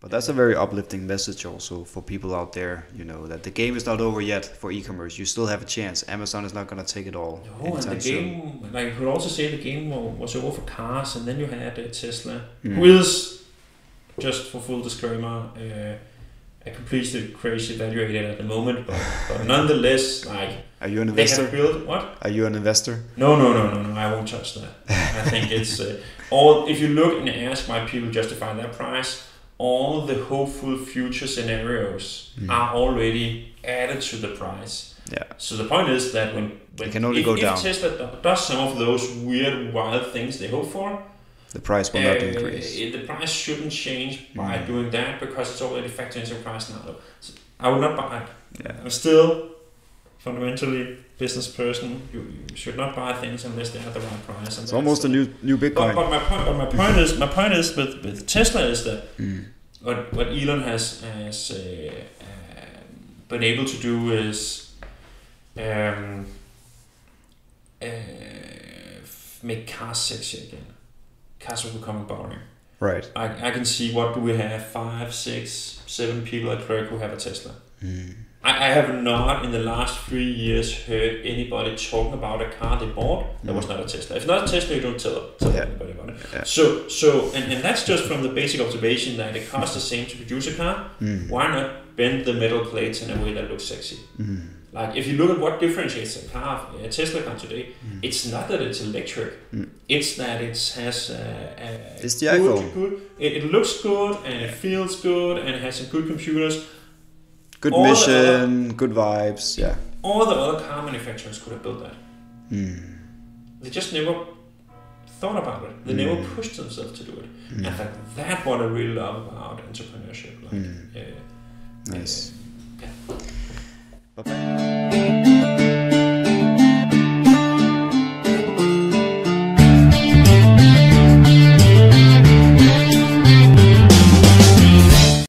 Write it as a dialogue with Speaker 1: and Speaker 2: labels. Speaker 1: But that's a very uplifting message also for people out there, you know, that the game is not over yet for e-commerce. You still have a chance. Amazon is not going to take it all.
Speaker 2: No, and the
Speaker 1: anytime soon.
Speaker 2: game, like you could also say the game wa- was over for cars, and then you had uh, Tesla, who is, just for full disclaimer, uh, a completely crazy evaluator at the moment, but, but nonetheless, like
Speaker 1: Are you an
Speaker 2: they have
Speaker 1: investor?
Speaker 2: built what?
Speaker 1: Are you an investor?
Speaker 2: No, no, no, no, no. I won't touch that. I think it's uh, all. If you look and ask why people justify that price, all the hopeful future scenarios are already added to the price.
Speaker 1: Hmm. Yeah.
Speaker 2: So the point is that when, when
Speaker 1: It can only
Speaker 2: if,
Speaker 1: go
Speaker 2: if
Speaker 1: down.
Speaker 2: Tesla do- does some of those weird wild things they hope for,
Speaker 1: The price will
Speaker 2: uh,
Speaker 1: not increase. Mm.
Speaker 2: the price shouldn't change by doing that because it's already factored into the price now. Though. So I would not buy.
Speaker 1: Yeah.
Speaker 2: I'm still fundamentally business person. You, you should not buy things unless they're at the right price. and
Speaker 1: It's almost a
Speaker 2: that's-
Speaker 1: new new
Speaker 2: But,
Speaker 1: Bitcoin.
Speaker 2: but my point, but my point is, my point is with, with Tesla is that
Speaker 1: Mm,
Speaker 2: what what Elon has has uh, uh, been able to do is um, uh, f- make cars sexy again. Cars are becoming boring.
Speaker 1: Right.
Speaker 2: I, I can see what do we have five, six, seven people at work who have a Tesla.
Speaker 1: Mm,
Speaker 2: I, I have not in the last three years heard anybody talking about a car they bought that was not a Tesla. If not a Tesla, you don't tell, tell
Speaker 1: Yeah.
Speaker 2: anybody about it.
Speaker 1: Yeah.
Speaker 2: So, so and, and that's just from the basic observation that it costs the same to produce a car.
Speaker 1: mm,
Speaker 2: Why not bend the metal plates in a way that looks sexy?
Speaker 1: mm.
Speaker 2: Like if you look at what differentiates a car, a Tesla car today, it's not that it's electric. It's that it has a,
Speaker 1: Mm.
Speaker 2: a
Speaker 1: It's the
Speaker 2: good-
Speaker 1: iPhone.
Speaker 2: good- It, it looks good and it feels good and it has some good computers.
Speaker 1: Good
Speaker 2: all the
Speaker 1: mission, good vibes. Yeah.
Speaker 2: All the other car manufacturers could have built that.
Speaker 1: Mm,
Speaker 2: They just never thought about it. They never
Speaker 1: Mm.
Speaker 2: pushed themselves to do it. And I think that's what I really love about entrepreneurship. Like, uh,
Speaker 1: mm. Nice.
Speaker 2: Yeah.
Speaker 1: Bye-bye.